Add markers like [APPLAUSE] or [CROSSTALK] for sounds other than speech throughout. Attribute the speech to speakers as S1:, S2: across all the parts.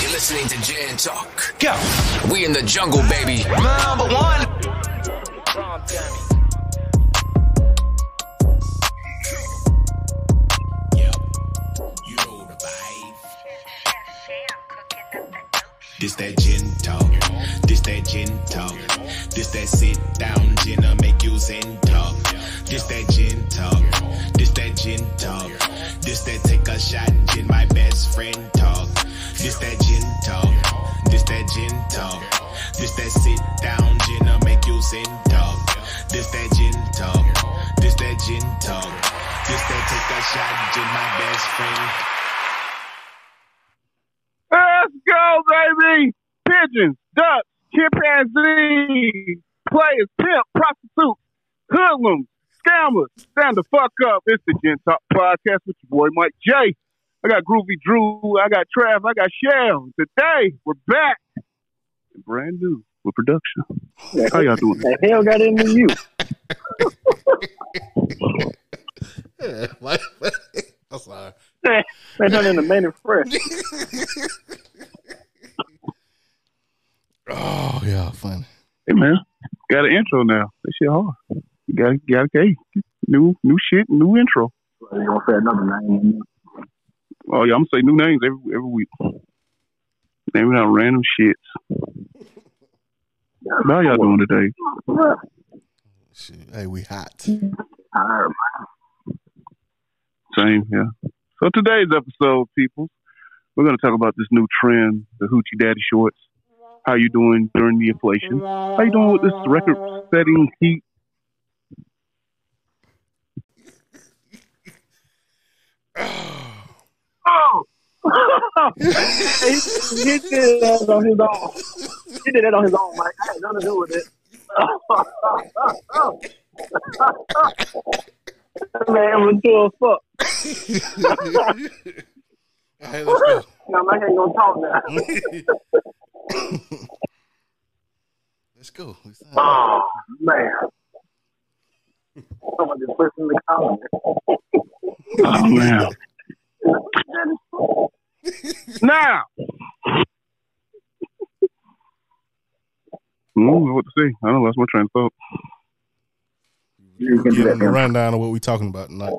S1: You're listening to Jan Talk. Go. We in the jungle, baby. Number one.
S2: You know the vibe. This that gin talk. This that gin talk. This that sit down gin'll make you zen talk. This that gin talk. This that gin talk. This that take a shot gin my best friend talk. This that gin talk. This that gin talk. This that sit down gin'll make you zen talk. This that gin talk. This that gin talk. This that take a shot gin my best friend.
S3: Let's go, baby! Pigeons, ducks, chimpanzees, players, pimp, prostitutes, hoodlums, scammers. Stand the fuck up. It's the Gen Talk Podcast with your boy Mike J. I got Groovy Drew. I got Trav. I got Shell. Today, we're back. Brand new with production. How y'all doing?
S4: the hell got into
S3: [LAUGHS]
S4: you?
S5: Yeah, [LAUGHS] like, I'm sorry.
S4: They done in the main fresh.
S5: Oh yeah, funny.
S3: Hey, man. Got an intro now. That shit hard. You got, you got, hey, new, new shit, new intro.
S4: You gonna say another name?
S3: Oh, yeah, I'm going to say new names every, every week. Name out random shits. How y'all doing today?
S5: Shit. Hey, we hot.
S4: Tired.
S3: Same, yeah. So today's episode, people, we're going to talk about this new trend, the hoochie daddy shorts. How you doing during the inflation? How you doing with this record-setting heat?
S4: Oh. he, he did that on his own. He did that on his own, Mike. I had nothing to do with it. [LAUGHS] That man, was mature as fuck.
S5: [LAUGHS] Hey, let's go.
S4: Now Mike ain't gonna talk now.
S5: [LAUGHS] Let's go. We sound-
S4: Oh man. Somebody just put in the comments.
S3: Oh, man. now! I don't know what Mm, to say. I don't know. That's my train of thought.
S4: You can do
S5: Give
S4: that.
S5: them the
S4: man.
S5: rundown of what we talking about tonight.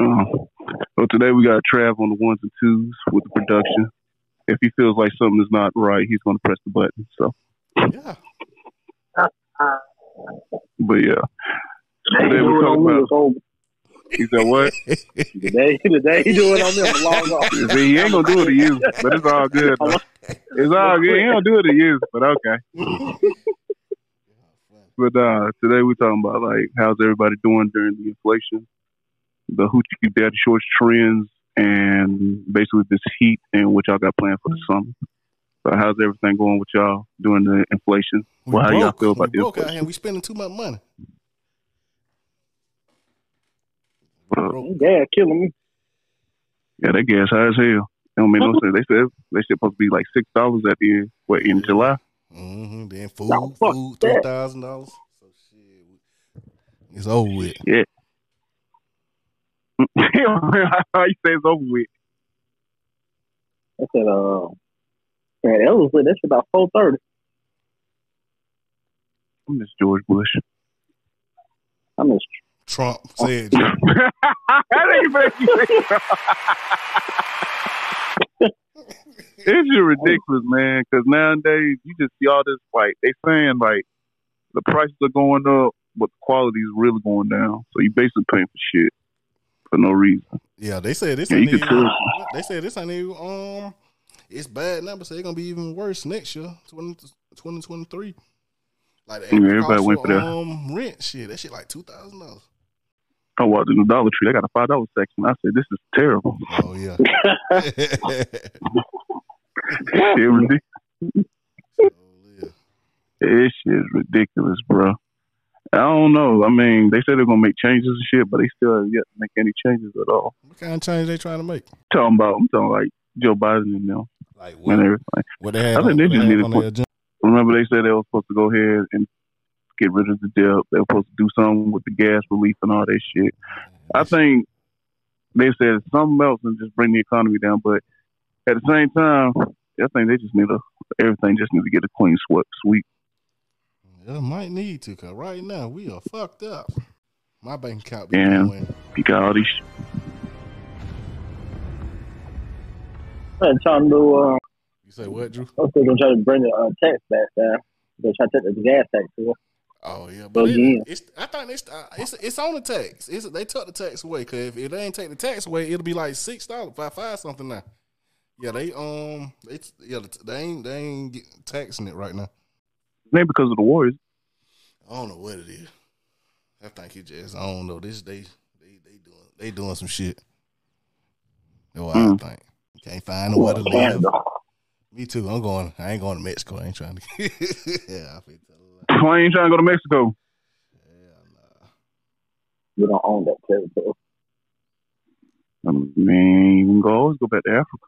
S3: Uh, so today we got Trav on the ones and twos with the production. If he feels like something is not right, he's going to press the button. So,
S5: Yeah.
S3: but yeah,
S4: They
S3: Today we
S4: do it
S3: talking
S4: on me,
S3: about-
S4: it's over.
S3: he said what?
S4: Today, today he do it on me. I'm long off.
S3: He said, he ain't gonna do it to you, but it's all good. though. It's all good. He ain't gonna do it to you, but okay. But uh, today we're talking about like how's everybody doing during the inflation, the hoochie daddy shorts trends, and basically this heat and what y'all got planned for the summer. So how's everything going with y'all during the inflation?
S5: We
S3: Well, how y'all feel about
S5: we
S3: this
S5: broke out here. We spending too much money.
S3: Well,
S5: Broke.
S4: Yeah, killing me.
S3: Yeah, that gas high as hell. It don't make
S5: [LAUGHS]
S3: no sense. They said they should supposed to be like six dollars at the end. What in July? [LAUGHS]
S5: hmm Then food,
S4: No, fuck
S5: food,
S4: that.
S5: three thousand dollars. So shit, we- it's over with.
S3: How you say it's over with?
S4: I said, uh, man, that was that's about four thirty.
S3: I'm just George Bush. [LAUGHS]
S4: I'm just
S5: Trump said,
S3: that ain't very It's just ridiculous, man. Because nowadays you just see all this like they saying like the prices are going up, but the quality is really going down. So you basically paying for shit for no reason.
S5: "Yeah, they said this.
S3: Yeah,
S5: ain't
S3: you can
S5: even-
S3: tell.
S5: they said this ain't even um, it's bad now, but say it's gonna be even worse next year, 20, 2023. Like the
S3: Yeah,
S5: average
S3: everybody
S5: cost
S3: went for that.
S5: um rent shit. That shit like two
S3: [LAUGHS]
S5: thousand dollars.
S3: I walked in the Dollar Tree. They got a five dollar section. I said, "This is terrible." [LAUGHS]
S5: Oh yeah.
S3: It ridiculous.
S5: yeah.
S3: This shit's ridiculous, bro. I don't know. I mean, they said they're gonna make changes and shit, but they still have yet to make any changes at all.
S5: What kind of change they trying to make?
S3: I'm talking about, I'm talking like Joe Biden and them
S5: Like
S3: and everything.
S5: What they had
S3: I think
S5: on-
S3: they
S5: what
S3: just
S5: had
S3: need to
S5: on
S3: put-
S5: their agenda.
S3: Remember, they said they were supposed to go ahead and get rid of the debt. They were supposed to do something with the gas relief and all that shit. I think they said something else and just bring the economy down. But at the same time, I think they just need to everything just need to get a clean sweep. sweep.
S5: It might need to, cause right now we are fucked up. My bank account be
S3: Yeah.
S5: going.
S3: You got all these.
S4: [LAUGHS] I'm trying to, uh,
S5: You say what, Drew?
S4: I'm still gonna try to bring the uh, tax back down. They're trying to take the gas tax. away.
S5: Oh yeah,
S4: Oh,
S5: but it-
S4: yeah.
S5: it's I think it's uh, it's it's on the tax. It's they took the tax away because if, if they ain't take the tax away, it'll be like six dollars, five five something now. Yeah, they um, it's yeah, the t- they ain't they ain't get taxing it right now.
S3: Maybe because of the wars. [CLEARS THROAT]
S5: I don't know what it is. I think it just I don't know. This they they they doing they doing some shit. That's what
S3: Mm.
S5: I think. Can't find nowhere to live.
S4: Canada.
S5: Me too. I'm going. I ain't going to Mexico. I ain't trying to. [LAUGHS] yeah, I feel that.
S3: Why ain't trying to go to Mexico?
S5: Yeah,
S4: You don't own that territory.
S3: I mean, you can go, always go back to Africa.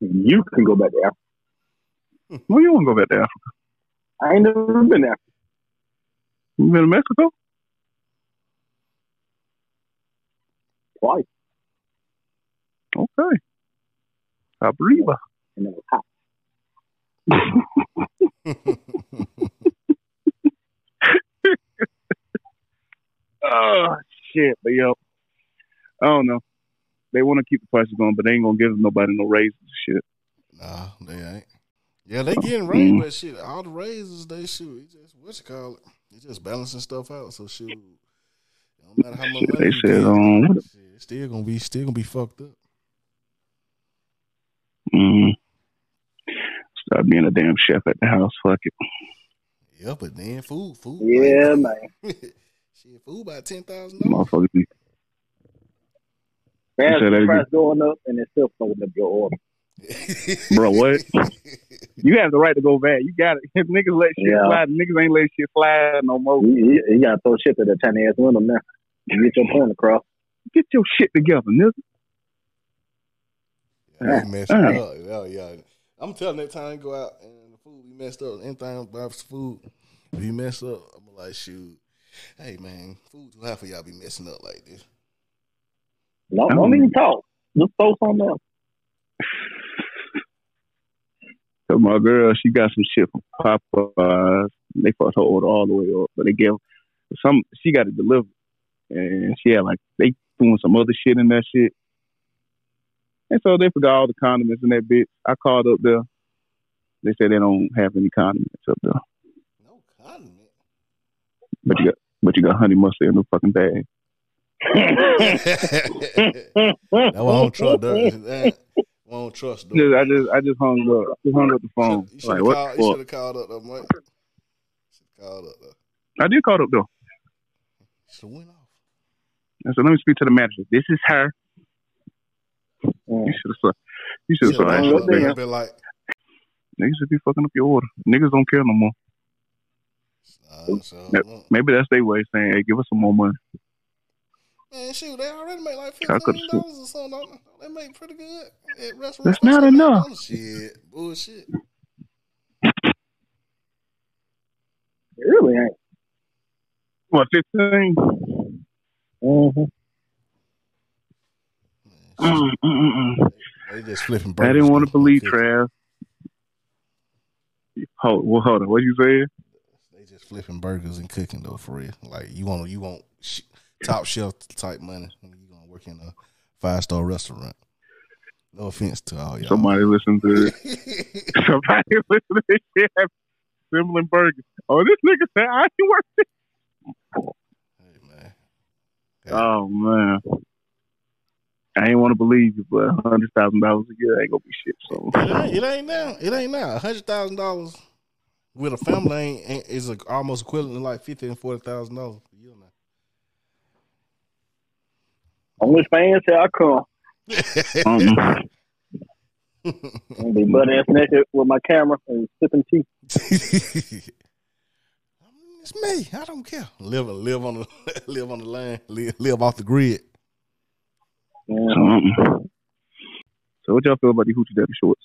S4: You can go back to Africa.
S3: Well, you want to go back to Africa?
S4: I ain't never been there.
S3: You been to Mexico?
S4: Twice.
S3: Okay. I believe.
S4: And ah, it was hot.
S5: nah. [LAUGHS]
S3: Oh shit! But yo, I don't know. They want to keep the prices going, but they ain't gonna give nobody no raises. and Shit.
S5: Nah, they ain't. Yeah, they getting
S3: Mm-hmm.
S5: raised, but shit, all the raises they shoot, it just what you call it? It's just balancing stuff out. So shoot, it don't matter how much
S3: Shit,
S5: money
S3: they
S5: you
S3: said,
S5: get,
S3: um, what
S5: shit, it's still gonna be still gonna be fucked up.
S3: Mm. Stop being a damn chef at the house. Fuck it.
S5: Yeah, but then food, food,
S4: Yeah, man.
S5: man. [LAUGHS] shit, food by ten thousand dollars.
S3: Motherfuckers be
S4: Gas
S3: said that again.
S4: price going up and it's still fucking up your order.
S3: Bro, [LAUGHS] what? You have the right to go back. You got it. [LAUGHS] If niggas let shit
S4: Yeah.
S3: slide, niggas ain't let shit slide no more.
S4: You, you, you gotta throw shit at that tiny ass window now. You get your point across.
S3: Get your shit together, nigga.
S5: Yeah, we messed it up. Yeah, yeah. I'm telling next time I go out and the food we messed up, anything about food we mess up, I'm like, shoot, hey man, food too high for y'all be messing up like this.
S4: Don't,
S3: Oh.
S4: don't even talk. Just throw something else.
S3: So my girl, she got some shit from Popeyes. They fucked her order all the way up, but they gave some. She got it delivered, and she had like they doing some other shit in that shit. And so they forgot all the condiments in that bitch. I called up there. They said they don't have any condiments up there,
S5: No condiment.
S3: but you got but you got honey mustard in the fucking bag.
S5: that won't trust that. That won't trust
S3: Just,
S5: though.
S3: I just I just hung up, just hung up the phone.
S5: You
S3: Like
S5: should
S3: what?
S5: have
S3: the fuck?
S5: called, up though, Mike. Should have called up though.
S3: I did call up though.
S5: Should have went off.
S3: I said, let me speak to the manager. This is her.
S4: Mm.
S3: You should have saw. You should have saw. that
S5: Shoulda hung
S3: shit.
S5: up,
S4: up
S5: man.
S4: there.
S5: Be like,
S3: Niggas should be fucking up your order. Niggas don't care no more.
S5: nah, so,
S3: Yep. Maybe that's their way of saying, hey, give us some more money.
S5: man, shoot, they already make like
S3: I coulda
S5: fifteen dollars or something. Don't don't they make pretty good at restaurants.
S3: That's not
S5: $15?
S3: enough.
S5: Shit, bullshit.
S4: It really ain't.
S3: What, 15?
S4: Mm-hmm.
S5: Man,
S3: Mm,
S5: shit.
S3: Mm-mm-mm.
S5: They just flipping.
S3: I
S5: burgers,
S3: didn't want to
S5: though.
S3: believe
S5: Fifty.
S3: Trav. Hold, well, hold on. What you said?
S5: They just flipping burgers and cooking though, for real. Like you want you want sh- top shelf type money when you gonna work in a five star restaurant. No offense to all y'all. [LAUGHS]
S3: Somebody listen to somebody [LAUGHS] listen to this shit. Sibling burgers. Oh, this nigga said I ain't work.
S5: Hey, man.
S3: Oh man, I ain't want to believe you, but hundred thousand dollars a year ain't gonna be shit. So
S5: It ain't, it ain't now. It ain't now. A hundred thousand dollars with a family ain't, ain't is a, almost equivalent to like fifty and forty thousand dollars a year now.
S4: Only fans say I come.
S5: [LAUGHS]
S3: um,
S4: And be butt ass naked with my camera and sipping tea.
S5: it's me. I don't care. Live live on the [LAUGHS] live on the land. Live, live off the grid.
S4: Yeah.
S3: um. So what y'all feel about the hoochie daddy shorts?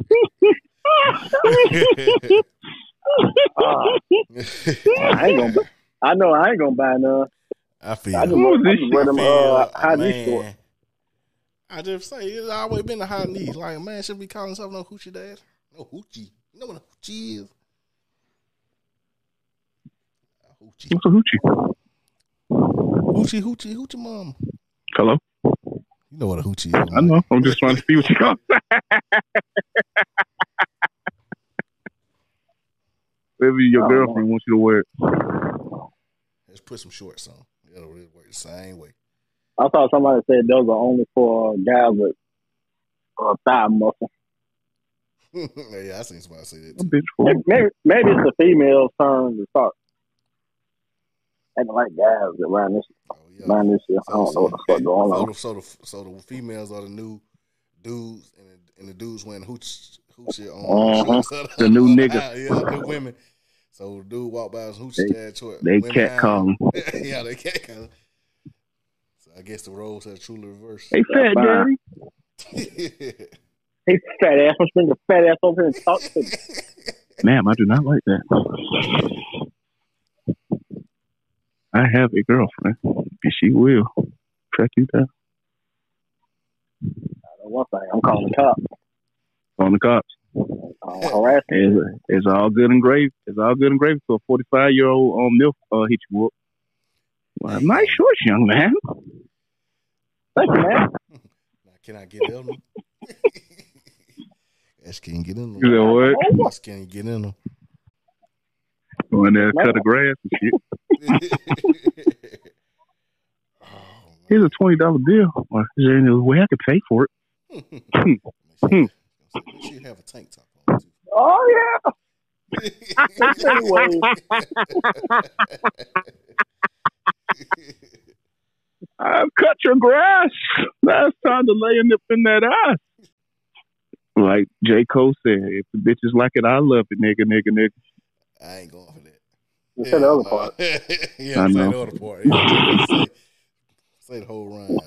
S3: [LAUGHS] Y'all cut me off.
S4: Oh, no. I just, I ain't gonna. I know I ain't gonna buy none.
S5: I
S4: I just
S5: feel.
S4: want I just wear
S5: I
S4: them uh,
S5: feel,
S4: high knee shorts.
S5: man. I just say it's always been a high knee. Like man, should be calling something no hoochie dad. No hoochie. You know what a hoochie is? A Hoochie.
S3: What's a hoochie?
S5: Hoochie, hoochie, hoochie, mom.
S3: Hello?
S5: You know what a hoochie is?
S3: I know. I'm just trying to see what you got. [LAUGHS] Maybe your
S4: Oh.
S3: girlfriend wants you to wear it.
S5: Let's put some shorts on. It'll really work the same way. [LAUGHS]
S4: I thought somebody said those are only for uh, guys with uh, thigh muscle.
S5: yeah, I seen somebody say that.
S3: A
S5: Too.
S3: bitch for
S4: Maybe, maybe, maybe it's the female's turn to start acting like guys around this
S5: Oh, yeah.
S4: around this shit. I don't know what the fuck going
S5: so
S4: on.
S5: the, so, the, so the females are the new dudes, and the, and the dudes wearing hooch hoochie on [LAUGHS]
S3: Uh-huh.
S5: shorts.
S3: The new nigga.
S5: yeah, the women. So the dude walked by his hoochie
S3: They-
S5: dad short.
S3: They
S5: Women
S3: cat
S5: had-
S3: calling.
S5: [LAUGHS] yeah, they cat calling. So I guess the roles have truly reversed.
S3: Hey, fat
S4: Fine.
S3: daddy.
S4: Hey, fat ass, I'm gonna bring the fat ass over here and talk to you.
S3: Ma'am, I do not like that. I have a girlfriend, and she will track you down
S4: One thing, I'm calling the cops.
S3: on the cops.
S4: I'm harassing.
S3: It's, it's all good and gravy. It's all good and gravy. So a forty-five year old um, milf uh, hit you up. Well, nice shorts, young man.
S4: Thank you, man.
S5: [LAUGHS] now, can I get in them? [LAUGHS] Ash can't get in
S3: You
S5: them.
S3: know what?
S5: Ash can't get in them. [LAUGHS]
S3: Going there, to cut the grass and shit.
S5: Oh,
S3: Here's a twenty dollar bill. Well, is there any way I could pay for it?
S5: Hmm. Make sure- make sure you have a tank top on. too.
S4: Oh yeah. Anyway,
S3: I've cut your grass. Last time to lay in, in that ass. Like J. Cole said, if the bitches like it, I love it, nigga, nigga, nigga.
S5: [LAUGHS] I ain't going for that.
S4: you said the other part.
S5: [LAUGHS] yeah,
S3: I
S5: say the
S3: know.
S5: other part. Yeah, say, say the whole rhyme.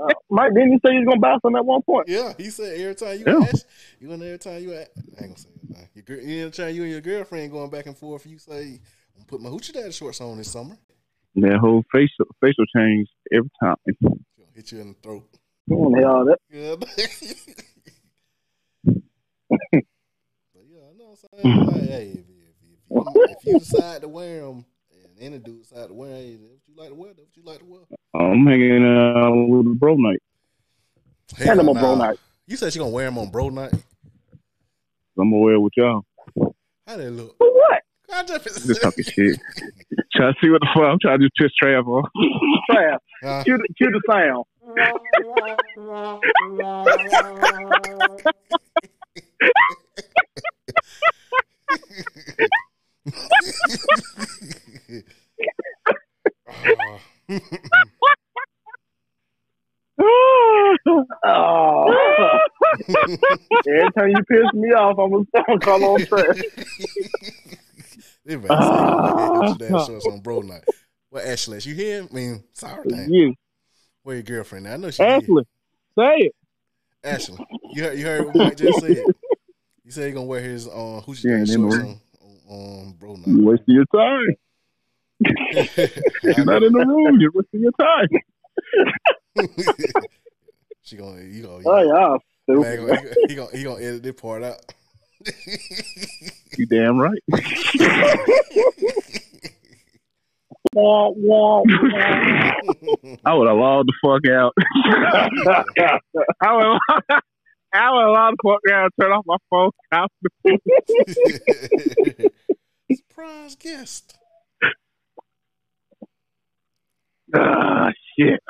S4: Uh, Mike, didn't you say you was gonna buy some at one point?
S5: Yeah, he said every time you
S3: Yeah.
S5: ask, you and every time you ask, I ain't gonna say nothing. Your girl, every time you and your girlfriend going back and forth, you say, "I'm gonna put my hoochie daddy shorts on this summer."
S3: And that whole facial facial change every time. Um,
S5: She'll hit you in the throat.
S4: You don't hear all Mm, that.
S5: Yeah. [LAUGHS] but yeah, I know. So like, hey, if, if, if, you, if you decide to wear them, and any dude decide to wear 'em, hey, that's what you like to wear, that's what you like to wear.
S3: I'm hanging out with the bro night.
S4: Hand them a
S5: Hell
S4: bro
S5: nah.
S4: night.
S5: You said you gonna wear them on bro night.
S3: I'm aware with y'all.
S5: How they look?
S4: For what?
S5: I just,
S3: Just talking shit. Trying to see what the fuck. I'm trying to just piss Trav off.
S4: Fast.
S5: [LAUGHS] Huh? [LAUGHS]
S4: Cue the, cue the sound.
S5: Ah.
S4: Oh. Every time you piss me off, I'm gonna I'm gonna call on Trey.
S5: They better say, "Oh, man, that shorts on bro night. Well, Ashley, you hear? I mean, sorry, dang.
S3: you,
S5: Where your girlfriend? At? I know she. here.
S3: Ashley, say it.
S5: Ashley, you heard, you heard what Mike just said. You said he gonna wear his uh, who's
S3: Yeah,
S5: your
S3: in the
S5: shorts
S3: room.
S5: on, on, on bro
S3: You
S5: night.
S3: wasting your time.
S5: I
S3: She's not in the room. You're wasting your time.
S5: know. [LAUGHS] she gonna you know.
S4: Oh
S5: you-
S4: yeah,
S5: man,
S4: stupid. [LAUGHS]
S5: gonna- he gonna- he gonna he gonna edit this part out. [LAUGHS]
S3: You damn right.
S4: Wah, wah, wah.
S3: I would have logged the fuck out. [LAUGHS] I would I would have logged the fuck out. Turn off my phone. I
S5: Surprise guest. [LAUGHS]
S3: Ah, shit.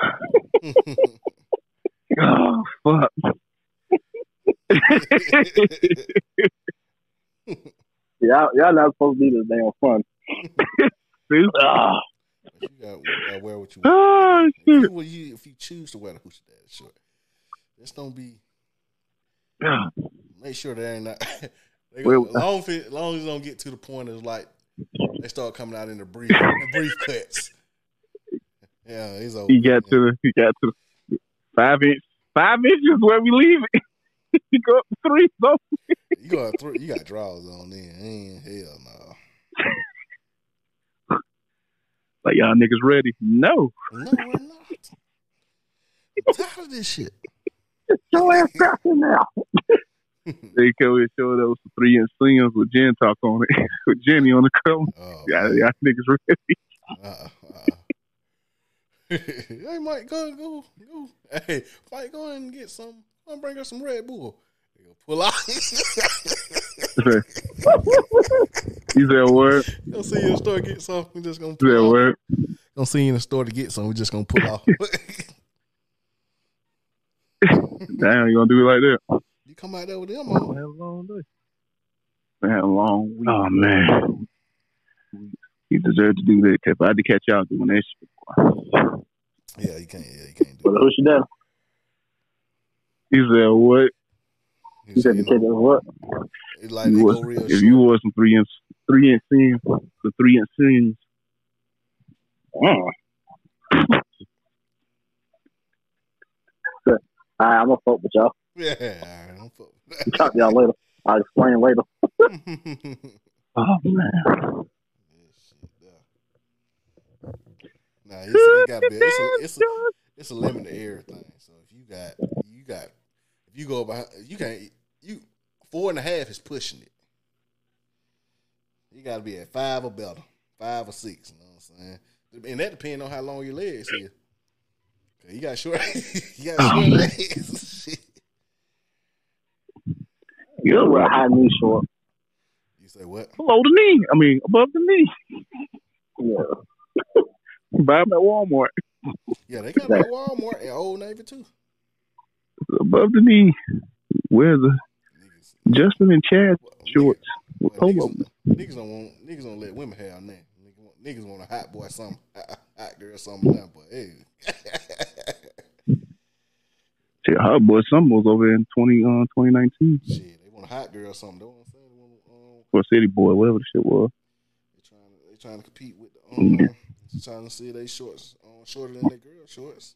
S3: Oh, fuck. [LAUGHS]
S4: Y'all, y'all not supposed to be this damn fun.
S3: See? Ah,
S5: You gotta, you gotta wear what
S3: [SIGHS]
S5: you want.
S3: ah,
S5: If
S3: shit.
S5: you, well, you, if you choose to wear the hoochie daddy short, just don't be.
S3: Ah,
S5: Make sure they ain't not. [LAUGHS] they
S3: Well-
S5: gonna- long, fi- long as it don't get to the point of like they start coming out in the brief, the brief cuts. Yeah, he's over.
S3: He got to the, he got to the five inch Five inches where we leave it. [LAUGHS] you go up to three, so
S5: You got three, you got draws on then. Eh, Hell no.
S3: like y'all niggas ready? No.
S5: No, we're not. I'm tired of this shit.
S3: Show ass out here now. they come and show those three inch slims with Jen talk on it, [LAUGHS] with Jenny on the cover.
S5: Oh,
S3: Yeah, y'all niggas ready? [LAUGHS]
S5: Uh, uh. [LAUGHS] hey, Mike, go, go, go. Hey, Mike, go and get some. I'm bring her some Red Bull. They gonna Pull out. [LAUGHS]
S3: you said word?
S5: Gonna see you in the store get some. We just gonna
S3: You
S5: pull
S3: said
S5: off.
S3: word?
S5: Gonna see you in the store to get some. We just gonna pull
S3: [LAUGHS]
S5: off.
S3: Damn, you gonna do it like that?
S5: you come out there with them on.
S3: a long day. Man, a long week. Oh man, you deserve to do that. Cause if I had to catch y'all doing that shit. boy.
S5: Yeah, you can't. Yeah, you can't do.
S4: Well, who's she done?
S3: He said, "What?
S5: It.
S4: You said the kid was what?
S5: It's like they
S3: You
S5: go
S3: was,
S5: real
S3: if you
S5: short.
S3: wore some three inch, three inch seams, the three uh, inch seams, damn,
S4: All right, I'm gonna fuck with y'all.
S5: [LAUGHS] Yeah, all right, I'm fuck.
S4: Talk to y'all later. I'll explain later.
S5: yeah,
S3: [LAUGHS] oh man,
S5: shit, yeah. Nah, it's, it got big. It's a, it's a, it's a limit to everything. So if you got you got if you go behind you can't you four and a half is pushing it. You gotta be at five or better. Five or six, you know what I'm saying? And that depends on how long your legs is. 'Cause You got short [LAUGHS] you got short legs. Shit.
S3: you're
S4: Wear a
S3: right.
S4: high knee short.
S5: you say what?
S3: Below the knee, I mean, above the knee.
S4: Yeah.
S3: [LAUGHS] Buy them at Walmart.
S5: Yeah, they got that Walmart and Old Navy too.
S3: Above the knee, wear the
S5: Niggas.
S3: Justin and Chad
S5: Well,
S3: shorts with
S5: Well,
S3: polo.
S5: niggas, niggas don't want niggas don't let women have nothing. Niggas want, niggas want a hot boy something, hot, hot girl something. Now, but hey,
S3: Shit, hot boy, some was over in 20, uh, 2019
S5: [LAUGHS] shit, they want a hot girl something. They want to say they want um,
S3: for City Boy, whatever the shit was.
S5: they trying to they trying to compete with the um, trying to see they shorts um, shorter than their girl shorts.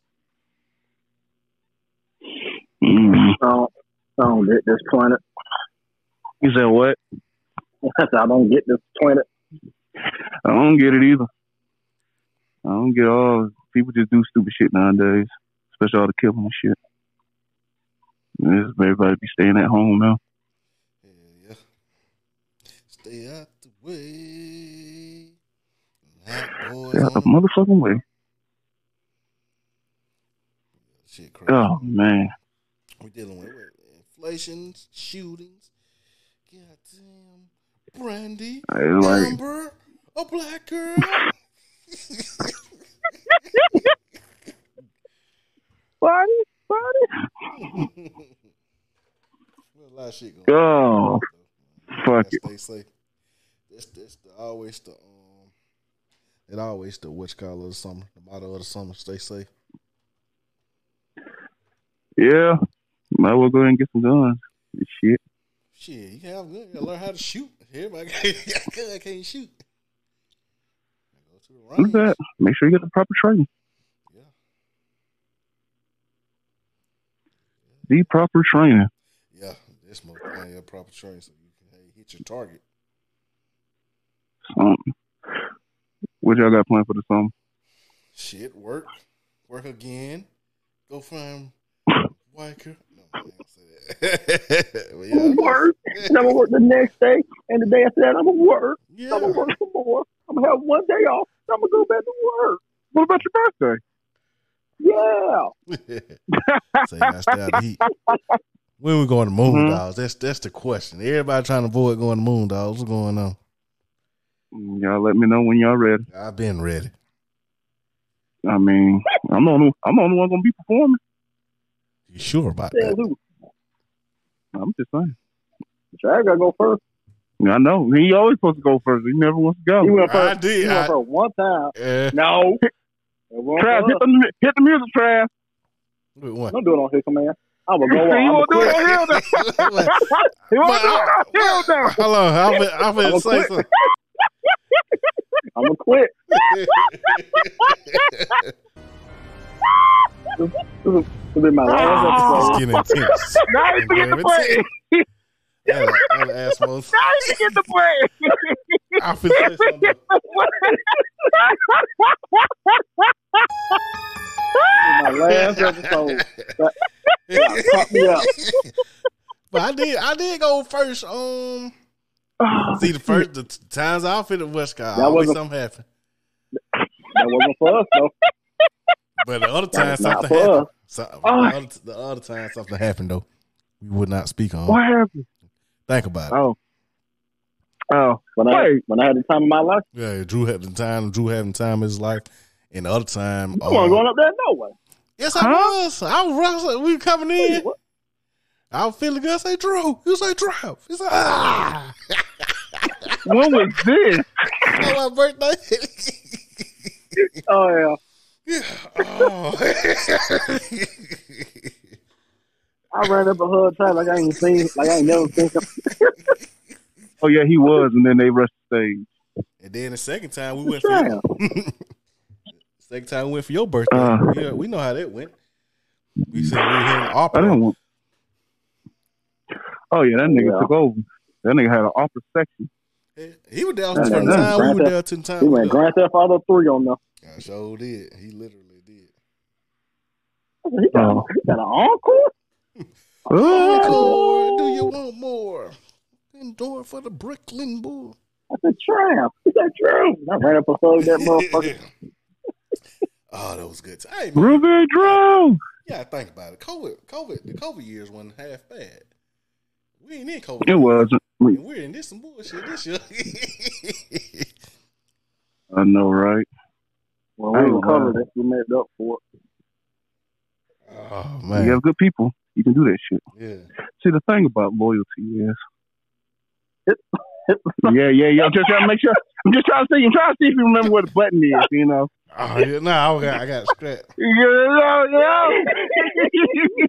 S3: Mm.
S4: I don't, I don't get this planet. [LAUGHS]
S3: You said what?
S4: I don't get this planet.
S3: I don't get it either. I don't get all people just do stupid shit nowadays, especially all the killing and shit. Yes, Everybody be staying at home now.
S5: Hell yeah, stay out the way. Hot boys,
S3: Stay out the
S5: on-
S3: motherfucking way.
S5: shit, crazy.
S3: Oh man,
S5: We're dealing with inflation, shootings, goddamn brandy,
S3: I was like
S5: Amber, a black girl.
S3: body, body.
S5: There's a lot of shit going
S3: Oh, fuck it.
S5: They say that's that's the, always the um, it always the witch color of the summer, the motto of the summer. They say
S3: Yeah, might well go ahead and get some guns. Shit.
S5: shit. You have good. You gotta learn how to shoot. Everybody got good. I can't [LAUGHS] shoot. Go to the
S3: Look
S5: range.
S3: at that. Make sure you get the proper training.
S5: Yeah.
S3: The proper training.
S5: Yeah, this most playing your proper training so you can hey, hit your target.
S3: Something. Um, What y'all got planned for the summer?
S5: Shit, work, work again. Go find white girl. No, I ain't gonna say that. [LAUGHS] But yeah,
S4: Work. And I'm gonna work the next day, and the day after that, I'm gonna work.
S5: Yeah,
S4: I'm gonna work some more. I'm gonna have one day off. I'm gonna go back to work.
S3: What about your birthday?
S4: Yeah.
S5: [LAUGHS] say I stay out the heat. When we going to moon
S3: Mhm.
S5: dogs? That's that's the question. Everybody trying to avoid going to moon dogs. What's going on?
S3: Mm, Y'all let me know when y'all ready.
S5: I've been ready.
S3: I mean, I'm the only, I'm the only one gonna be performing.
S5: You sure about
S4: Yeah,
S5: that?
S4: who?
S3: I'm just saying.
S4: Sure, I gotta go first.
S3: I know he always supposed to go first. He never wants to
S4: He
S3: go.
S4: went
S5: I
S4: first. He
S5: did.
S4: went
S5: I,
S4: first one time.
S5: eh,
S4: No. It won't
S3: Trav,
S4: go
S3: hit
S4: up.
S3: the mu- hit the music, Trav.
S5: wait,
S3: [LAUGHS]
S5: what?
S4: Don't do it on here, man. I'm gonna
S3: He
S4: go on. I'm
S3: won't do it
S4: gonna
S3: on
S4: [LAUGHS]
S3: him. though.
S5: What?
S3: [LAUGHS] He
S5: But
S3: won't do
S5: I-
S3: it on him. though.
S5: [LAUGHS] Hold on, I'm gonna- I'm
S4: I'm
S5: gonna
S4: gonna
S5: say
S4: quit.
S5: something.
S4: I'm gonna quit. This is be my
S3: Ah.
S4: last
S5: It's
S3: [LAUGHS]
S4: episode.
S5: [LAUGHS] getting intense.
S3: Now you get the play.
S5: Alan, Alan Asmos.
S3: Now you get the play.
S4: [LAUGHS]
S5: [LAUGHS] I feel
S3: [LAUGHS]
S5: like something.
S4: My last episode. Yeah.
S5: But I did, I did go first.
S3: [SIGHS]
S5: Um, see the first the t- times I fit at West Coast,
S4: That
S5: always
S4: wasn't-
S5: something happened.
S4: That wasn't for us though.
S5: But the other time
S4: That was not
S5: something
S4: for
S5: happened.
S4: us.
S5: So,
S3: Oh.
S5: the, other, the other time something happened though, we would not speak on.
S3: What happened?
S5: Think about it.
S3: Oh. Oh.
S4: When I
S3: Wait.
S4: when I had the time of my life,
S5: Yeah, Drew had the time. Drew having time in his life, and the other time.
S4: you weren't
S5: uh,
S4: going up there no way.
S5: Yes, I
S3: Huh?
S5: was. I was wrestling. We were coming in.
S4: What?
S5: I was feeling good. I say, Drew, you say, drive. It's like, ah,
S3: When was this?
S5: on my birthday. [LAUGHS]
S4: Oh yeah.
S5: Oh.
S4: I ran up a whole time like I ain't seen like I ain't never seen something.
S3: Oh yeah, he was, and then they rushed the stage.
S5: [LAUGHS] and then the second time we went for
S4: Damn.
S5: second time we went for your birthday.
S3: Uh.
S5: yeah, we know how that went. We said we were here in
S3: I
S5: opera.
S3: didn't want. Oh yeah, that nigga
S4: Yeah.
S3: took over. That nigga had an opera section.
S5: He was down
S4: I
S5: from
S4: didn't
S5: the time we
S4: grant
S5: were
S4: that.
S5: down to the time.
S4: He
S5: we
S4: went
S5: left.
S4: Grand Theft Auto three on there.
S5: I sure did. He literally did.
S4: He got,
S3: Oh.
S4: he got an encore.
S5: Or do you want more? Endure for the Brooklyn Bull.
S4: I said, "Tramp, is that true?" I ran up a whole that motherfucker.
S5: [LAUGHS] oh, that was good. time. Hey, man,
S3: Ruby Drew.
S5: Yeah, think about it. COVID, COVID, the COVID years wasn't half bad. We ain't in
S3: It
S5: COVID.
S3: wasn't.
S5: and We're in this some bullshit this year. [LAUGHS]
S3: I know, right? [LAUGHS]
S4: Well,
S3: I
S4: we
S3: ain't
S4: recovered
S3: lying.
S4: it. We made up for it.
S5: oh
S3: You
S5: man,
S3: have good people. You can do that shit.
S5: yeah.
S3: See, the thing about loyalty is. yeah, yeah, yeah. I'm just trying to make sure. I'm just trying to see. I'm trying to see if you remember where the button is. You know.
S5: Oh yeah, no, I got, I got scrapped.
S3: You know, [LAUGHS] you know.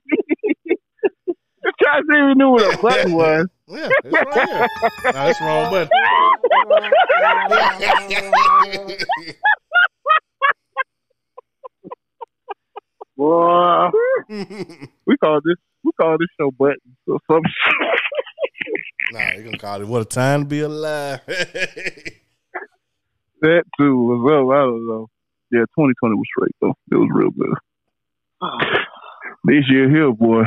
S3: Just trying to see if you knew where the button was.
S5: Yeah, it's right here. No, that's the wrong button.
S4: [LAUGHS] Well,
S3: We call this. We call this show buttons or some shit.
S5: [LAUGHS] nah, you gonna call it what a time to be alive. [LAUGHS]
S3: That too was up. I don't know. Yeah, 2020 was straight though. It was real good. This year here, boy.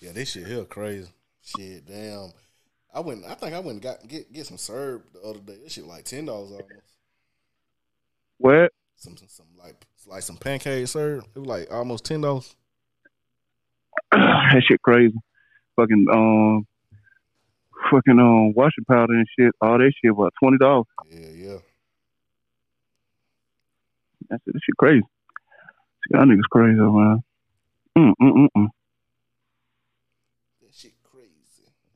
S5: yeah, this shit here crazy. Shit, damn. I went. I think I went and got get get some serve the other day. This shit like ten dollars almost.
S3: What? [CLEARS THROAT]
S5: some some, some like like some pancakes, sir. It was like almost ten dollars.
S3: that shit crazy. Fucking um, fucking um, washing powder and shit. All that shit about twenty dollars.
S5: Yeah, yeah.
S3: I said, this shit crazy. See, y'all niggas crazy, man. Mm, mm, mm, mm.
S5: That shit crazy.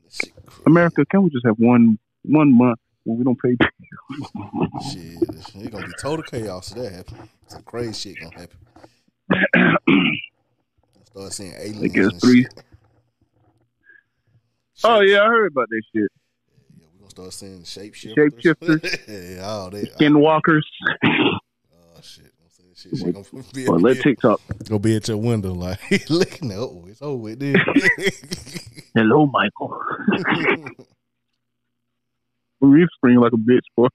S5: That shit crazy.
S3: America, can we just have one one month when we don't pay?
S5: Shit, it's gonna be total chaos if that happen. Some crazy shit gonna
S3: [COUGHS]
S5: happen. Start seeing aliens.
S3: I guess
S5: and
S3: three.
S5: Shit.
S3: Oh yeah, I heard about that shit.
S5: Yeah, we gonna start seeing shapeshifters.
S3: Shapeshifters.
S5: [LAUGHS] yeah, all that.
S3: Skinwalkers.
S5: Oh shit. I'm saying shit. shit gonna be
S3: Well, let TikTok.
S5: gonna be at your window like [LAUGHS] looking at oh, it's over with then.
S3: Hello, Michael. Reef scream like a bitch, boy.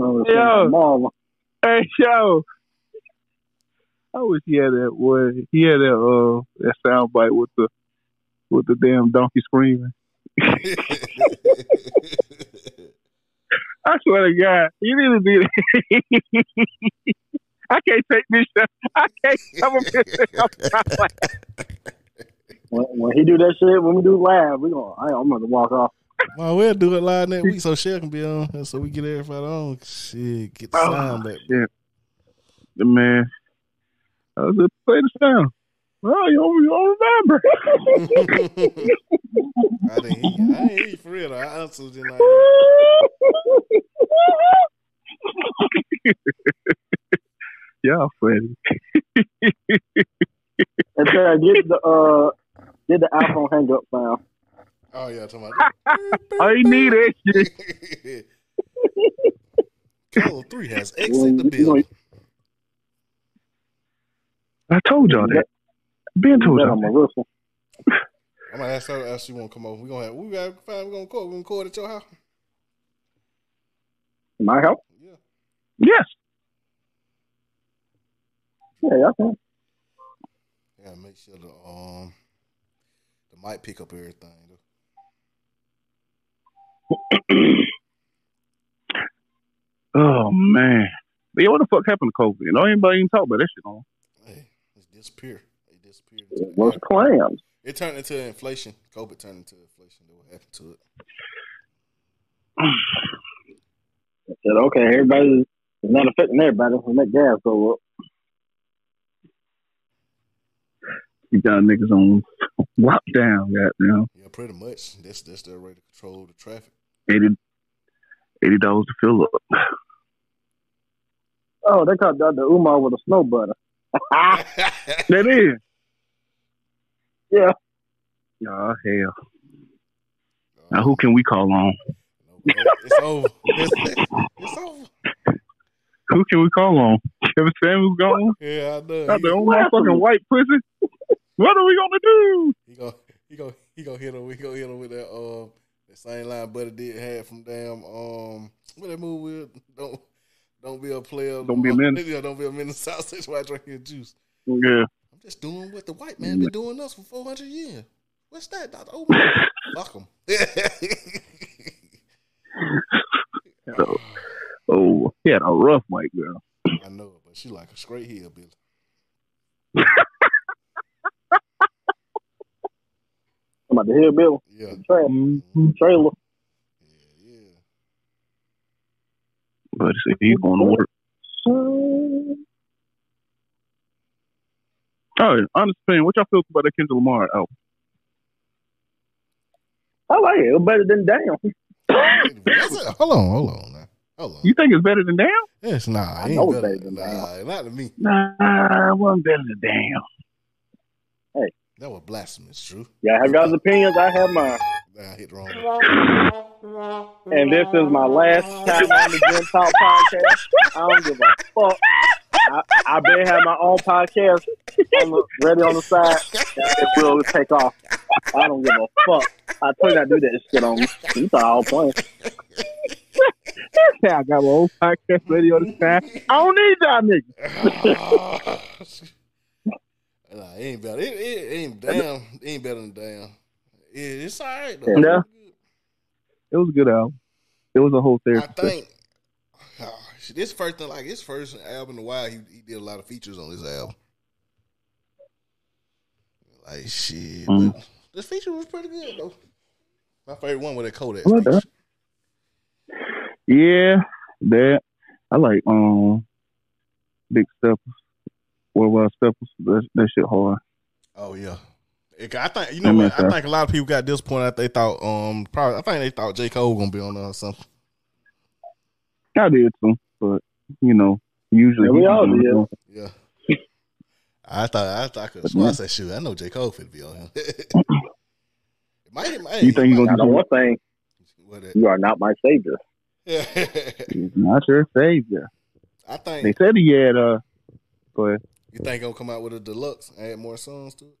S4: so it's
S3: Yeah.
S4: been a marvel.
S3: Hey, yo. I wish he had that one. He had that uh that sound bite with the with the damn donkey screaming. [LAUGHS]
S5: [LAUGHS]
S3: I swear to God, you need to do that. [LAUGHS] I can't take this. shit. I can't. I'm a
S4: When, when he do that shit, when we do live, we gonna I, I'm gonna walk off.
S5: Well, we'll do it live next week so Shell can be on, and so we get everybody on. Shit, get the
S3: Oh,
S5: sound back.
S3: [LAUGHS]
S5: [LAUGHS]
S3: man. I was just play the sound. Well, you don't, you don't remember. [LAUGHS]
S5: I didn't hear you. I didn't hear you for real. though. I honestly did not hear you.
S3: [LAUGHS] Y'all funny.
S4: And then I get the uh, get the iPhone hang up
S3: [LAUGHS]
S4: sound.
S5: Oh, yeah, talking about
S3: I ain't need that shit.
S5: [LAUGHS] Call 3 has
S4: We
S5: exit the
S4: gonna, we gonna,
S5: building.
S3: I told y'all that. Been told
S4: Bet
S3: y'all
S4: I'm a
S3: that.
S4: Russell.
S5: I'm gonna ask her if she wanna come over. We gonna have we gotta find we gonna record. We gonna record at your house.
S4: My help?
S5: Yeah.
S3: Yes.
S4: Yeah, y'all can.
S5: Yeah, make sure the um the mic pick up everything though.
S3: Oh man. But yeah, what the fuck happened to COVID? Don't anybody even talk about that shit on.
S5: Hey, it's disappear. It disappeared.
S4: It was clams.
S5: It turned into inflation. COVID turned into inflation. That what happened to it?
S4: I said, okay, everybody's it's not affecting everybody. When that gas go up,
S3: You got niggas on lockdown, goddamn.
S5: Yeah, pretty much. That's that's their way to control the traffic.
S3: Eighty eighty dollars to fill up.
S4: oh, they caught the, the Umar with a snow butter. [LAUGHS]
S3: That is.
S4: Yeah.
S3: Y'all hell. [LAUGHS] Now who can we call on?
S5: No, no, it's over. It's, it's over.
S3: Who can we call on? [LAUGHS] Kevin Samuels gone?
S5: Yeah, I know.
S3: Not
S5: He,
S3: the
S5: gon-
S3: only fucking white pussy. [LAUGHS] What are we gonna do?
S5: he gonna he gonna he gonna hit him. We gonna hit him with that um that same line Buddy did have from damn um what that movie with don't don't be a player
S3: Don't be a menace.
S5: Yeah, don't be a menace [LAUGHS] sausage while drinking juice.
S3: Yeah.
S5: I'm just doing what the white man been doing us for 400 years. What's that, Doctor? Oh, man. fuck [LAUGHS] him.
S3: So oh he had a rough white girl.
S5: I know, but she like a straight hillbilly.
S4: I'm about to hear Bill.
S5: Yeah,
S4: Trailer.
S3: Mhm.
S4: trailer.
S5: yeah, yeah.
S3: But see, he's going to work. Oh, yeah, honest opinion. What y'all feel about that Kendrick Lamar album?
S4: I like it. It's better than damn.
S5: What's it? Hold on, hold on, now. hold on.
S3: You think it's better than Damn?
S5: It's not.
S4: I
S5: It
S4: know
S5: ain't better,
S4: it's better than
S5: nah, not to me.
S3: Nah, it wasn't better than Damn.
S5: That was blasphemous, true.
S4: Y'all have y'all's opinions. I have mine.
S5: Nah, I hit the wrong. one.
S4: And this is my last time on the Gen Talk podcast. I don't give a fuck. I, I been have my own podcast on the, ready on the side. It will take off. I don't give a fuck. I told you I do that shit on me. You thought I was playing.
S3: Yeah, I got my old podcast ready on the side. I don't need y'all niggas.
S5: Ah, [LAUGHS] nah, it ain't better. It, it, it ain't damn. It ain't better than damn. It, it's all right though.
S3: No. It was a good album. It was a whole
S5: I
S3: therapy. session.
S5: think oh, shit, this first thing, like his first album in a while, he, he did a lot of features on this album. Like shit,
S3: Mm.
S5: but this feature was pretty good though. My favorite one was that Kodak.
S3: Well done.
S5: feature.
S3: Yeah, that. I like um, Big Steppers. Worldwide Steppers. That, that shit hard.
S5: Oh yeah. It- I think you know
S3: I'm
S5: what I
S3: not
S5: think a lot of people got disappointed. They thought um probably I think they thought J Cole gonna be on there or something.
S3: I did too, but you know, usually
S4: Yeah, we
S3: he-
S4: all did.
S5: Yeah. I thought I thought I could. So I said, "Shoot, I know J Cole fit be on him." [LAUGHS] it might, it might,
S3: You think he gonna
S4: I know one thing.
S5: What [LAUGHS]
S4: You are not my savior.
S5: it-
S3: He's not your savior.
S5: I think
S3: They said he had uh, but
S5: You think gonna come out with a deluxe? and Add more songs to it?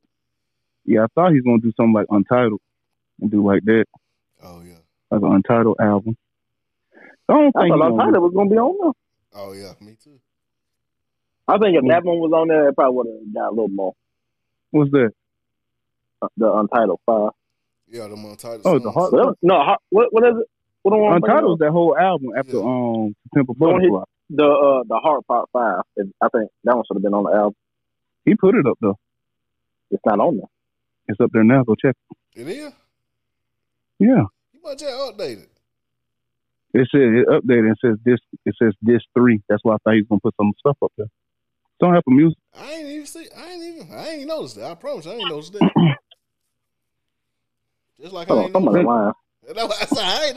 S3: yeah, I thought he's gonna do something like Untitled and do like that,
S5: Oh yeah.
S3: like an Untitled album. I don't
S4: I
S3: think
S4: thought
S3: he
S4: I
S3: gonna do
S4: thought it was gonna be on there.
S5: Oh yeah. Me too.
S4: I think if that one was on there, it probably would have got a little more. uh,
S3: What's that?
S4: The Untitled Five.
S5: Yeah, them untitled.
S3: Oh,
S5: songs.
S3: the heart-
S4: Well, no, ho- what what is it? What the one?
S3: Untitled is that whole album after
S5: Yeah.
S3: um Temple
S4: The one he-
S3: Butterfly.
S4: The uh, the Hard Part Five. It- I think that one should have been on the album.
S3: He put it up though.
S4: It's not on there.
S3: It's up there now. Go check.
S5: It is.
S3: it. Yeah,
S5: You might just update it.
S3: it said it updated and says this. It says this three. That's why I thought he was gonna put some stuff up there. Don't have music.
S5: I ain't even see. I ain't even. I ain't noticed that. I promise. I ain't noticed that. Just like I
S4: Hold on,
S5: ain't noticed.
S4: somebody lying.
S5: That's why I, said, I ain't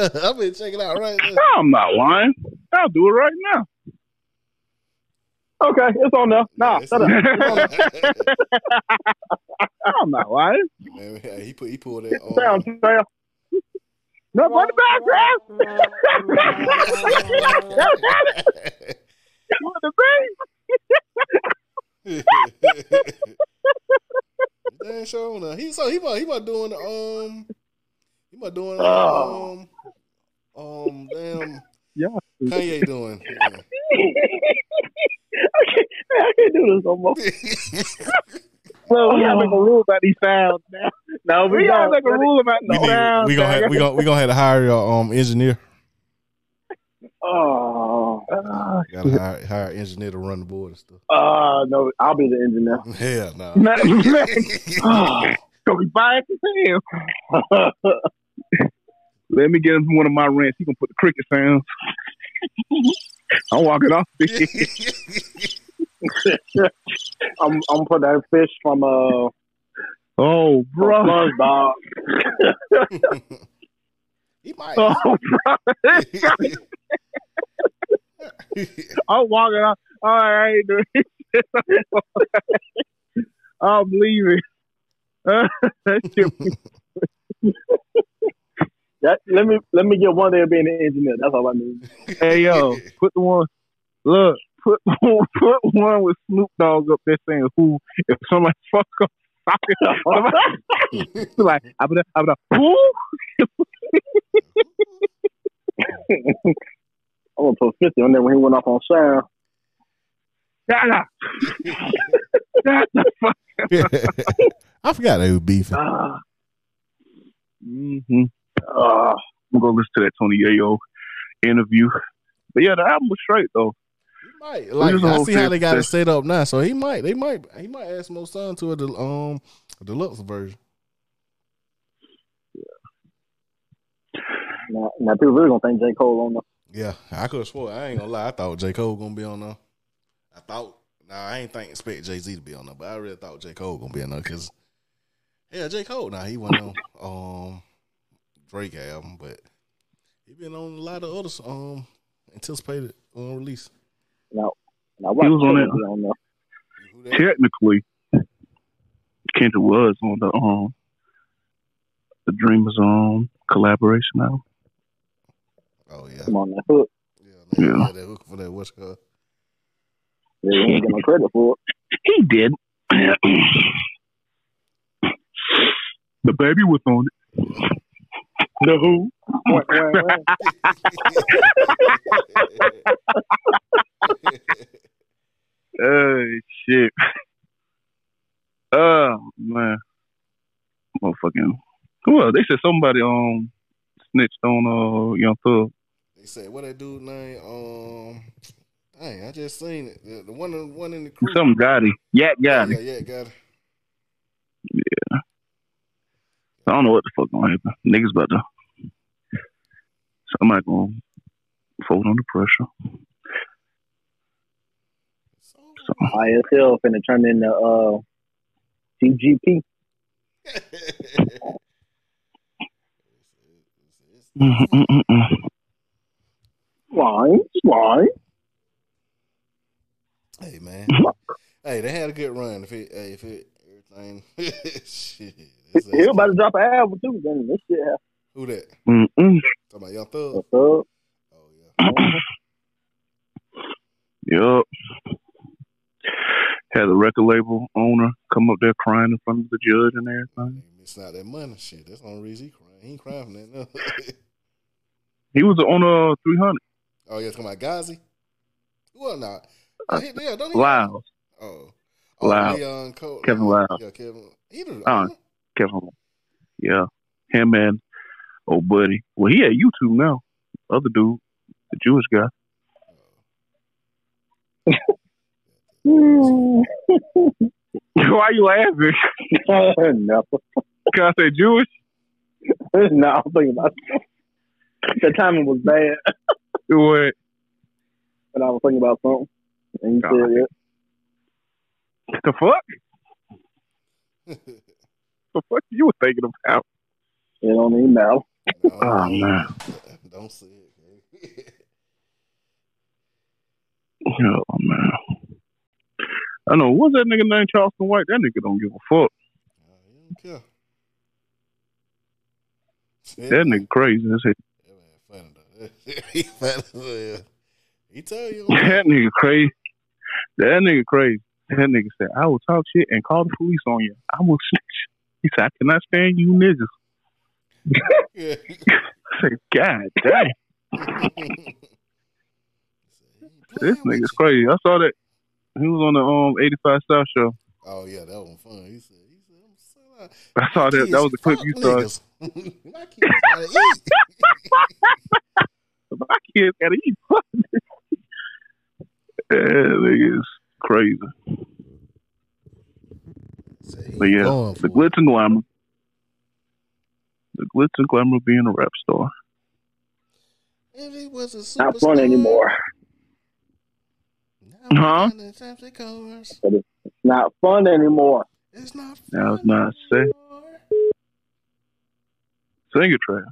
S5: noticed that. [LAUGHS] I've been checking out right now.
S3: I'm not lying. I'll do it right now.
S4: Okay, it's on there.
S5: [LAUGHS]
S4: Nah, shut up.
S3: I'm not lying.
S4: [LAUGHS]
S5: [LAUGHS] Man, yeah, he put he pulled that. Um,
S4: Sound trail.
S3: Nothing but the background.
S4: [LAUGHS]
S5: Sound.
S3: [LAUGHS]
S5: [LAUGHS]
S3: What the thing?
S5: Damn sure enough. He so he about he about doing the um he about doing the,
S4: Oh.
S5: um um damn
S3: Yeah.
S5: Kanye [LAUGHS] doing.
S4: I can't, I can't do this no more.
S6: Well, we gotta make a rule about these sounds now.
S4: No, we,
S6: We gotta
S4: don't.
S6: make a rule about
S5: We
S6: these
S5: need,
S6: sounds.
S5: we gonna have, we gonna we gonna have to hire your um engineer.
S4: Oh,
S3: Ah,
S5: Gotta hire hire an engineer to run the board and stuff. [LAUGHS]
S4: uh, no, I'll be the engineer.
S5: Hell no.
S6: Man, man,
S3: Ah, [SIGHS]
S4: Oh,
S6: gonna be biased as hell.
S3: [LAUGHS] Let me get him one of my rants. He gonna put the cricket sounds. [LAUGHS] I'm walking off. [LAUGHS]
S4: I'm, I'm gonna put that fish from uh,
S3: oh, bro.
S4: SpongeBob.
S5: [LAUGHS] he might. [LAUGHS]
S3: [LAUGHS]
S6: Oh, bro. I'm walking out. All right, I ain't doing this.
S3: [LAUGHS]
S6: I'm leaving. that shit
S4: That, let me let me get one there being an engineer. That's all I need.
S3: Hey yo, put the one. Look, put [LAUGHS] put one with Snoop Dogg up there saying who if somebody [LAUGHS] fuck up. somebody- like I'm gonna, I'm gonna, who?
S4: I'm gonna put fifty on there when he went off on sound.
S3: Nah, nah.
S5: [LAUGHS] I forgot they were beefing.
S4: Ah,
S3: Mm-hmm.
S4: ah.
S3: I'm gonna listen to that Tony Yayo interview. But yeah, the album was straight though.
S5: He might. Like
S3: just
S5: I
S3: gonna
S5: see how
S3: say-
S5: they got it set up now, so he might. They might. He might add some more sun to a del- um a deluxe version.
S4: now, now people really gonna think J Cole on the.
S5: Yeah, I could have swore. I ain't gonna lie. I thought J Cole gonna be on there. I thought. Nah, I ain't think expect Jay Z to be on there, but I really thought J Cole gonna be on there because yeah, J Cole. Now nah, he wasn't [LAUGHS] on um Drake album, but he been on a lot of other um anticipated on release.
S4: Now, why
S3: He was on
S4: Kendrick
S3: it.
S4: be on there?
S5: Who that?
S3: Technically, Kendrick was on the um the Dreamers um collaboration album.
S5: Oh yeah,
S4: Come on, now.
S5: yeah. they
S3: Yeah.
S5: had that hook for that. What's called?
S4: Yeah, you ain't get no credit for it.
S3: He did. the baby was on it. The who?
S4: Wah, wah, wah.
S3: Oh shit. Oh man. Motherfucking. Who else? They said somebody um snitched on uh Young Thug.
S5: They said what that dude name? Um, dang, I just seen it. The, the one, in- one in the crew.
S3: Some Gotti. Yak
S5: yeah,
S3: Gotti.
S5: yeah, yeah, got it. [LAUGHS]
S3: I don't know what the fuck gonna happen. Niggas about to. Somebody gonna fold under pressure.
S5: So,
S4: ISL finna turn into uh, CGP.
S3: Mm-mm-mm-mm.
S4: Why? Why?
S5: hey man, hey, they had a good run. If it, hey, if it, everything, [LAUGHS] shit. That's-
S4: He about to drop an album too. Then this shit happen.
S5: Who that?
S3: Mm-mm.
S5: Talking about
S4: [LAUGHS]
S5: Young Thug.
S4: What's up?
S5: Oh yeah.
S3: Yup. Had the record label owner come up there crying in front of the judge and everything.
S5: He missing out that money. Shit, that's the only reason he crying. He ain't crying for nothing. else.
S3: He was on uh 300.
S5: [LAUGHS] oh yeah, talking about Gazi. Well, not.
S3: Uh,
S5: Nah. yeah, don't he-
S3: Wow.
S5: Oh.
S3: Wow.
S5: Leon Cole,
S3: Kevin Wow.
S5: Yeah, Kevin. He the
S3: Oh.
S5: owner?
S3: Kevin. Yeah. Him and old buddy. Well, he at YouTube now. Other dude, the Jewish guy. [LAUGHS]
S4: Hmm.
S3: Why you laughing? [LAUGHS]
S4: no,
S3: Can I say Jewish?
S4: [LAUGHS] no, I'm thinking about it. The timing was bad,
S3: What?
S4: but I was thinking about something. And you
S3: God.
S4: said it.
S3: The fuck?
S5: [LAUGHS]
S3: The fuck you were thinking about?
S4: It don't even matter.
S5: No,
S3: Oh, man.
S5: [LAUGHS] Don't say [LAUGHS] it.
S3: Oh man. I know what's that nigga named Charleston White. That nigga don't give a fuck.
S5: I don't care.
S3: That nigga crazy. as hell.
S5: [LAUGHS]
S3: [LAUGHS]
S5: That man funny though. [LAUGHS]
S3: [LAUGHS]
S5: he funny as hell. He tell you. [LAUGHS]
S3: That nigga crazy. That nigga crazy. That nigga said, I will talk shit and call the police on you. I will [LAUGHS] snitch. He said, I cannot stand you niggas.
S5: Yeah.
S3: I said, God damn,
S5: [LAUGHS]
S3: this nigga's crazy. I saw that. He was on the um 85 South show.
S5: Oh yeah, that one fun. He said, he said, I'm so loud.
S3: I saw that. That was the clip you saw. [LAUGHS]
S5: [LAUGHS] My kids gotta eat.
S3: My kids gotta eat. [LAUGHS] yeah, nigga's crazy.
S5: Say,
S3: But yeah,
S5: going
S3: the
S5: for
S3: glitz and glamour. The glitz and glamour of being a rap star.
S5: it. If he was a
S4: Not fun
S5: superstar,
S4: anymore.
S5: now we're
S3: Huh?
S5: in the traffic cars.
S4: Not fun anymore.
S5: It's not
S3: Now it's
S5: fun
S3: not safe.
S5: anymore.
S3: Sing it, Trav.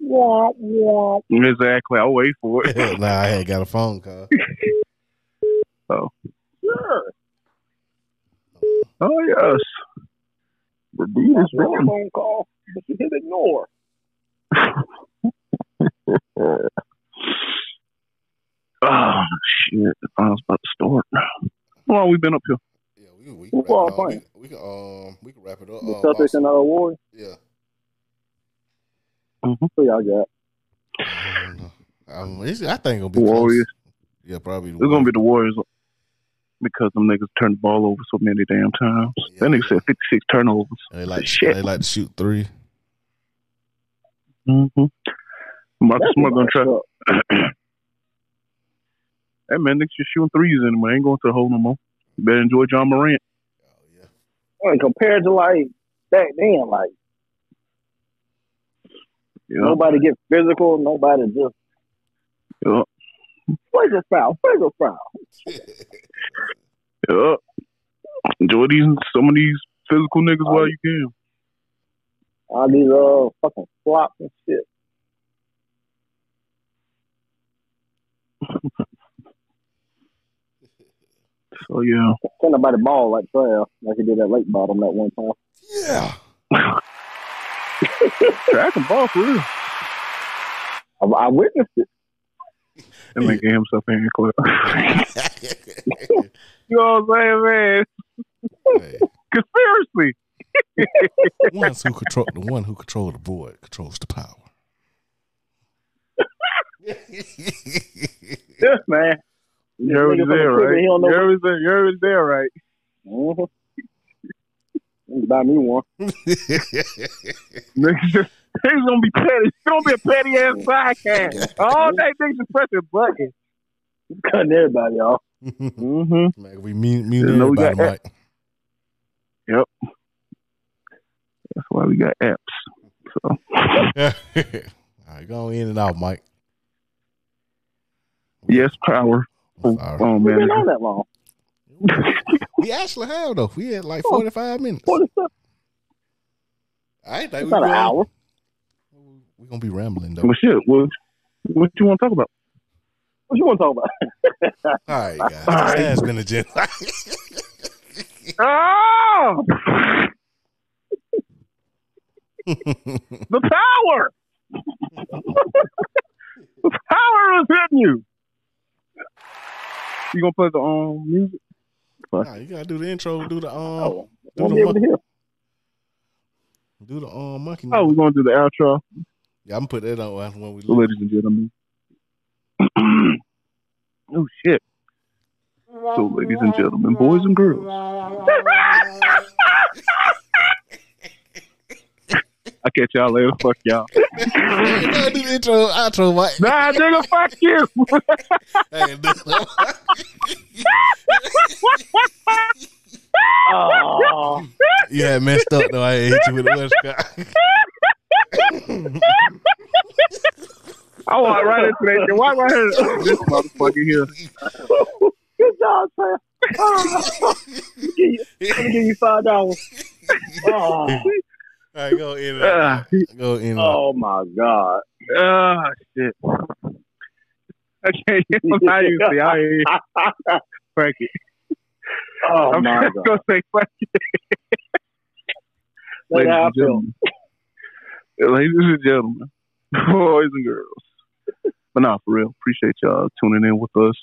S4: Wah, wah.
S3: Exactly. I'll wait for
S5: [LAUGHS]
S3: it.
S5: [LAUGHS] nah, I had got a phone
S3: [LAUGHS]
S5: call.
S4: Sure.
S3: oh, yes. The beat is
S4: That's one
S3: born.
S4: phone call, but you hit ignore.
S3: Oh, shit. I was about to start. How long we been up here?
S5: Yeah, we, we,
S4: Who
S5: can wrap it
S4: called
S5: up. we, we can um we can wrap it up.
S4: The
S5: Um,
S4: Celtics
S5: Boston.
S4: and the award.
S5: yeah.
S4: Who y'all got?
S5: I don't know. [LAUGHS] Um, it's- I think it'll be close.
S3: Warriors.
S5: Yeah, probably.
S3: It's going to be the Warriors because them niggas turned the ball over so many damn times.
S5: Yeah.
S3: That nigga said 56 turnovers.
S5: And they like
S3: Shit.
S5: they like to shoot three.
S3: Mm-hmm. Marcus
S4: That's
S3: Smart going to
S4: about
S3: try.
S4: it.
S3: Hey, man, niggas just shooting threes anyway. Ain't going to the hole no more. Better enjoy John Morant.
S5: Oh yeah.
S4: And compared to like back then, like
S3: Yeah.
S4: nobody get physical, nobody just
S3: Yeah.
S4: flagrant foul, flagrant foul.
S3: Yeah. Enjoy these some of these physical niggas
S4: Oh.
S3: while you can.
S4: All these uh fucking flops and shit.
S3: So yeah.
S4: Can't nobody ball like Trav, like he did at Lake Bottom that one time.
S5: [LAUGHS] yeah.
S3: Track and ball for real.
S4: I, I witnessed it.
S3: And they gave himself in club. [LAUGHS] you know what I'm saying, man?
S5: Hey,
S3: Cause seriously.
S5: ones who control the one who control the board controls the power. [LAUGHS]
S3: Yes, man.
S4: This
S3: You're already
S4: nigga from
S3: there,
S4: Cleveland,
S3: right?
S4: He don't know.
S3: You're already there, you're already there, right?
S4: Mm-hmm. Buy me one.
S3: Niggas [LAUGHS] just- niggas gonna be petty. It's gonna be a petty ass podcast. All day niggas just pressing buttons.
S4: Cutting everybody off.
S3: Mm-hmm.
S5: Like we mean mean
S3: You know we
S5: everybody,
S3: got-
S5: Mike.
S3: That's why we got apps. So
S5: [LAUGHS] All right, go on in and out, Mike.
S3: yes, power.
S5: Sorry.
S3: Oh
S4: We've
S3: man.
S4: been on that long.
S5: We actually have though. We had like forty five minutes.
S4: What is up?
S5: I ain't think
S4: It's
S5: we
S4: not an
S5: gonna-
S4: hour.
S5: We gonna be rambling though.
S3: Well shit, what what you wanna talk about?
S4: What you want to talk about?
S5: All right, guys.
S3: All right.
S5: This has been a gen. [LAUGHS]
S3: Oh the power. the power is hitting you. You gonna play the um music?
S5: Nah, you gotta do the intro. Do the um.
S4: Oh,
S5: do,
S4: Won't
S5: the
S4: be able to
S5: mon-
S4: hear.
S5: do the um monkey.
S3: Oh, we're gonna do the outro,
S5: yeah, I'm gonna put that on when we leave.
S3: ladies and gentlemen. [CLEARS THROAT] oh shit. So ladies and gentlemen, boys and girls. [LAUGHS] I catch y'all later. Fuck y'all.
S5: You gotta do the intro, outro, Mike.
S3: [LAUGHS] Nah, nigga, fuck you.
S5: Hey, [LAUGHS] do-
S4: Oh,
S5: you had messed up though. I ain't hit you with the West
S3: I walk right into that shit. Walk right here. This motherfucker here.
S4: good job,
S3: [LAUGHS]
S4: Trav. Oh, give you- let me give you five dollars.
S3: [LAUGHS]
S4: Oh,
S5: [LAUGHS] All right, go in. and out.
S3: Ah,
S5: Go in. and out.
S4: oh my god.
S3: ah, shit. Okay, I'm not even see. I ain't [LAUGHS] fuck it.
S4: Oh
S3: I'm
S4: my
S3: just
S4: god.
S3: gonna say fuck
S4: That's
S3: Ladies
S4: how I
S3: and,
S4: feel.
S3: gentlemen. [LAUGHS] Ladies and gentlemen, [LAUGHS] boys and girls. But nah, for real, appreciate y'all tuning in with us.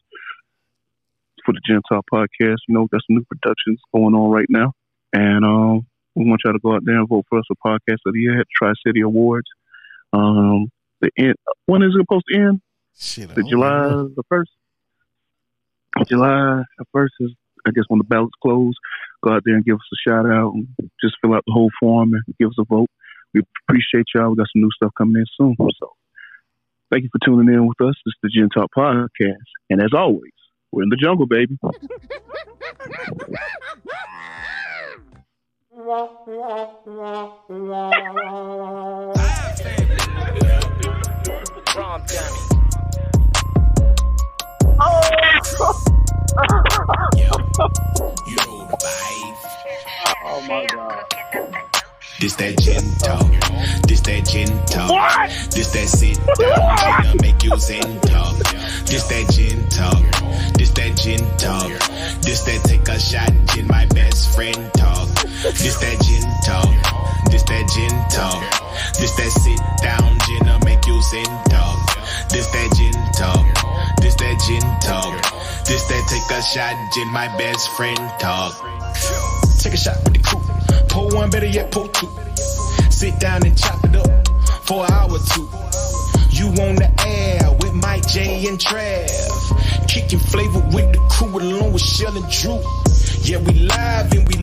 S3: for the Gentile podcast. You know, got some new productions going on right now. And um, we want y'all to go out there and vote for us for Podcast of the Year at Tri City Awards. Um, the end, when is it supposed to end?
S5: Shit, I
S3: The
S5: don't
S3: July
S5: know.
S3: the first. July the first is I guess when the ballots close. Go out there and give us a shout out and just fill out the whole form and give us a vote. We appreciate y'all. We got some new stuff coming in soon. So thank you for tuning in with us. This is the Gen Talk Podcast. And as always, we're in the jungle, baby.
S7: Prom dummy.
S2: Yo, vibe.
S8: Oh my god.
S2: This that gin talk. This that gin talk. This that sit down gin to make you zen talk. This that gin talk. This that gin talk. This that take a shot gin my best friend talk. This that gin talk. This that gin talk. This that sit down gin to make you zen talk. This that gin talk. This that gin talk. This that take a shot gin my best friend talk. Take a shot with the crew. Pull one, better yet, pull two. Sit down and chop it up for an hour or two. You on the air with Mike J and Trav. Kicking flavor with the crew along with Shell and Drew. Yeah, we live and we